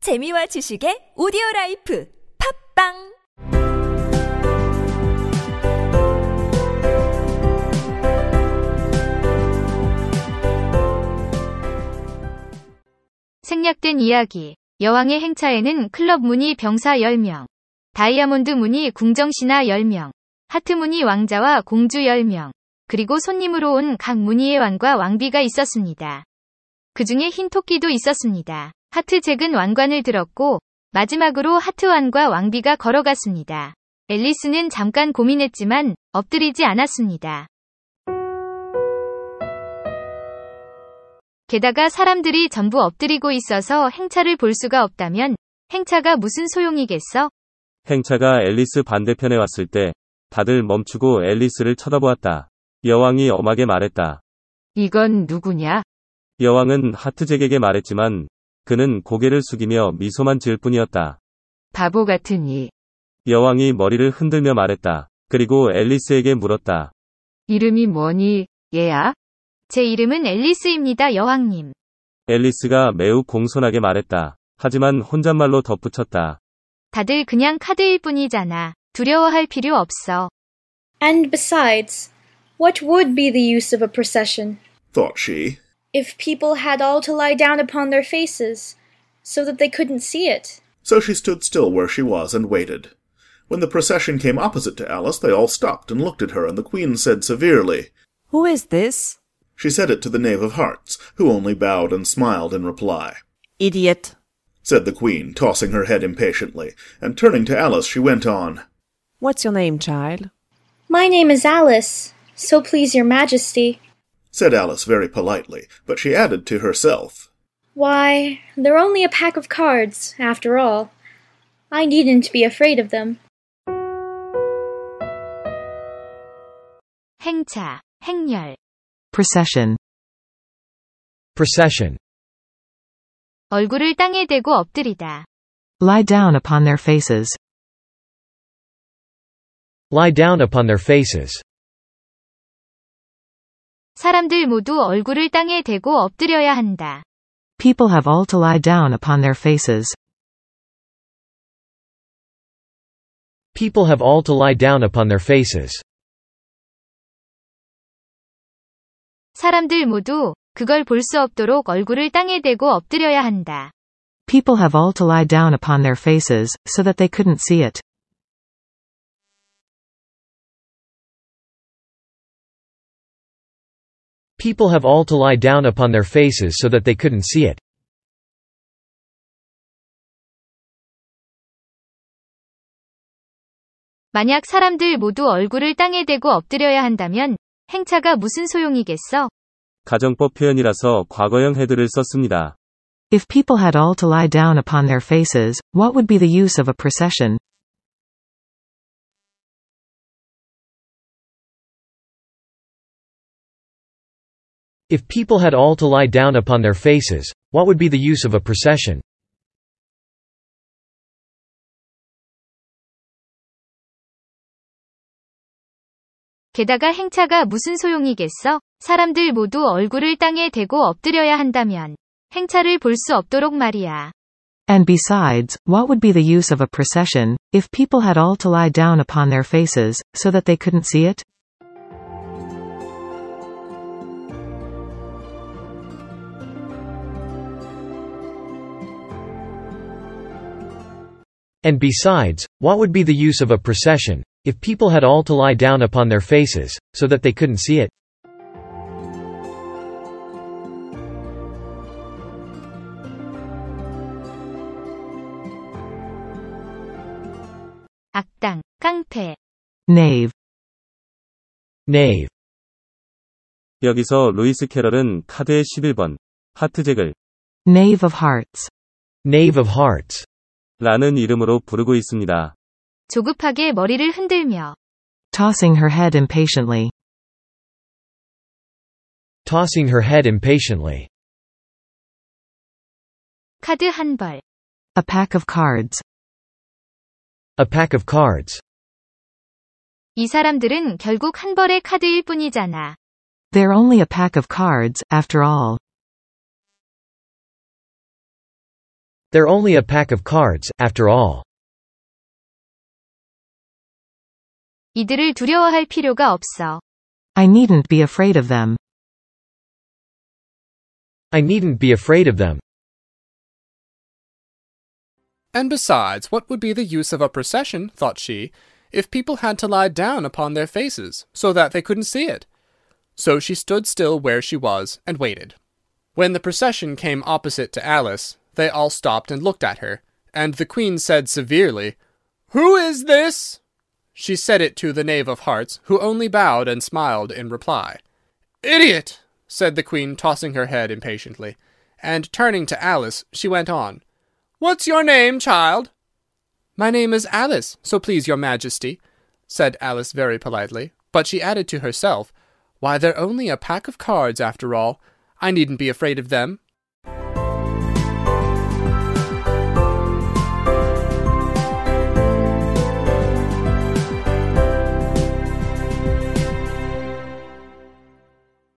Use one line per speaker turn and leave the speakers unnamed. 재미와 지식의 오디오 라이프 팝빵
생략된 이야기. 여왕의 행차에는 클럽 문의 병사 10명, 다이아몬드 문의 궁정신하 10명, 하트 문의 왕자와 공주 10명, 그리고 손님으로 온 각 문의의 왕과 왕비가 있었습니다. 그 중에 흰 토끼도 있었습니다. 하트 잭은 왕관을 들었고, 마지막으로 하트 왕과 왕비가 걸어갔습니다. 앨리스는 잠깐 고민했지만, 엎드리지 않았습니다. 게다가 사람들이 전부 엎드리고 있어서 행차를 볼 수가 없다면 행차가 무슨 소용이겠어?
행차가 앨리스 반대편에 왔을 때 다들 멈추고 앨리스를 쳐다보았다. 여왕이 엄하게 말했다.
이건 누구냐?
여왕은 하트잭에게 말했지만 그는 고개를 숙이며 미소만 지을 뿐이었다.
바보 같으니
여왕이 머리를 흔들며 말했다. 그리고 앨리스에게 물었다.
이름이 뭐니? 얘야? 제 이름은 앨리스입니다, 여왕님.
앨리스가 매우 공손하게 말했다. 하지만 혼잣말로 덧붙였다.
다들 그냥 카드일 뿐이잖아. 두려워할 필요 없어.
And besides, what would be the use of a procession
thought she.
if people had all to lie down upon their faces so that they couldn't see it?
So she stood still where she was and waited. When the procession came opposite to Alice, they all stopped and looked at her, and the Queen said severely,
Who is this?
She said it to the Knave of Hearts, who only bowed and smiled in reply.
Idiot.
Said the Queen, tossing her head impatiently, and turning to Alice, she went on,
What's your name, child?
My name is Alice, so please your majesty.
said Alice very politely, but she added to herself,
Why, they're only a pack of cards, after all. I needn't be afraid of them.
행차, 행렬.
Procession. Procession.
얼굴을 땅에 대고 엎드리다.
Lie down upon their faces. Lie down upon their faces.
사람들 모두 얼굴을 땅에 대고 엎드려야 한다.
People have all to lie down upon their faces. People have all to lie down upon their faces.
사람들 모두 그걸 볼 수 없도록 얼굴을 땅에 대고 엎드려야 한다.
People have all to lie down upon their faces, so that they couldn't see it. People have all to lie down upon their faces so that they couldn't see it.
만약 사람들 모두 얼굴을 땅에 대고 엎드려야 한다면 행차가 무슨 소용이겠어?
가정법 표현이라서 과거형 헤드를 썼습니다.
If people had all to lie down upon their faces, what would be the use of a procession? If people had all to lie down upon their faces, what would be the use of a procession?
게다가 행차가 무슨 소용이겠어? 사람들 모두 얼굴을 땅에 대고 엎드려야 한다면 행차를 볼 수 없도록 말이야.
And besides, what would be the use of a procession, if people had all to lie down upon their faces, so that they couldn't see it? And besides, what would be the use of a procession, if people had all to lie down upon their faces, so that they couldn't see it?
악당, 깡패.
Knave. Knave.
여기서 루이스 캐럴은 카드의 11번 하트잭을
Knave of Hearts. Knave of Hearts.
라는 이름으로 부르고 있습니다.
조급하게 머리를 흔들며
tossing her head impatiently. Tossing her head impatiently.
카드 한 벌.
A pack of cards. A pack of cards.
이 사람들은 결국 한 벌의 카드일 뿐이잖아.
They're only a pack of cards, after all.
They're only a pack of cards, after all.
이들을 두려워할 필요가 없어.
I needn't be afraid of them.
I needn't be afraid of them.
And besides, what would be the use of a procession, thought she, if people had to lie down upon their faces so that they couldn't see it? So she stood still where she was and waited. When the procession came opposite to Alice, they all stopped and looked at her, and the queen said severely, Who is this? She said it to the knave of hearts, who only bowed and smiled in reply. Idiot! said the queen, tossing her head impatiently, and turning to Alice, she went on. What's your name, child? My name is Alice, so please your majesty, said Alice very politely, but she added to herself, Why, they're only a pack of cards, after all. I needn't be afraid of them.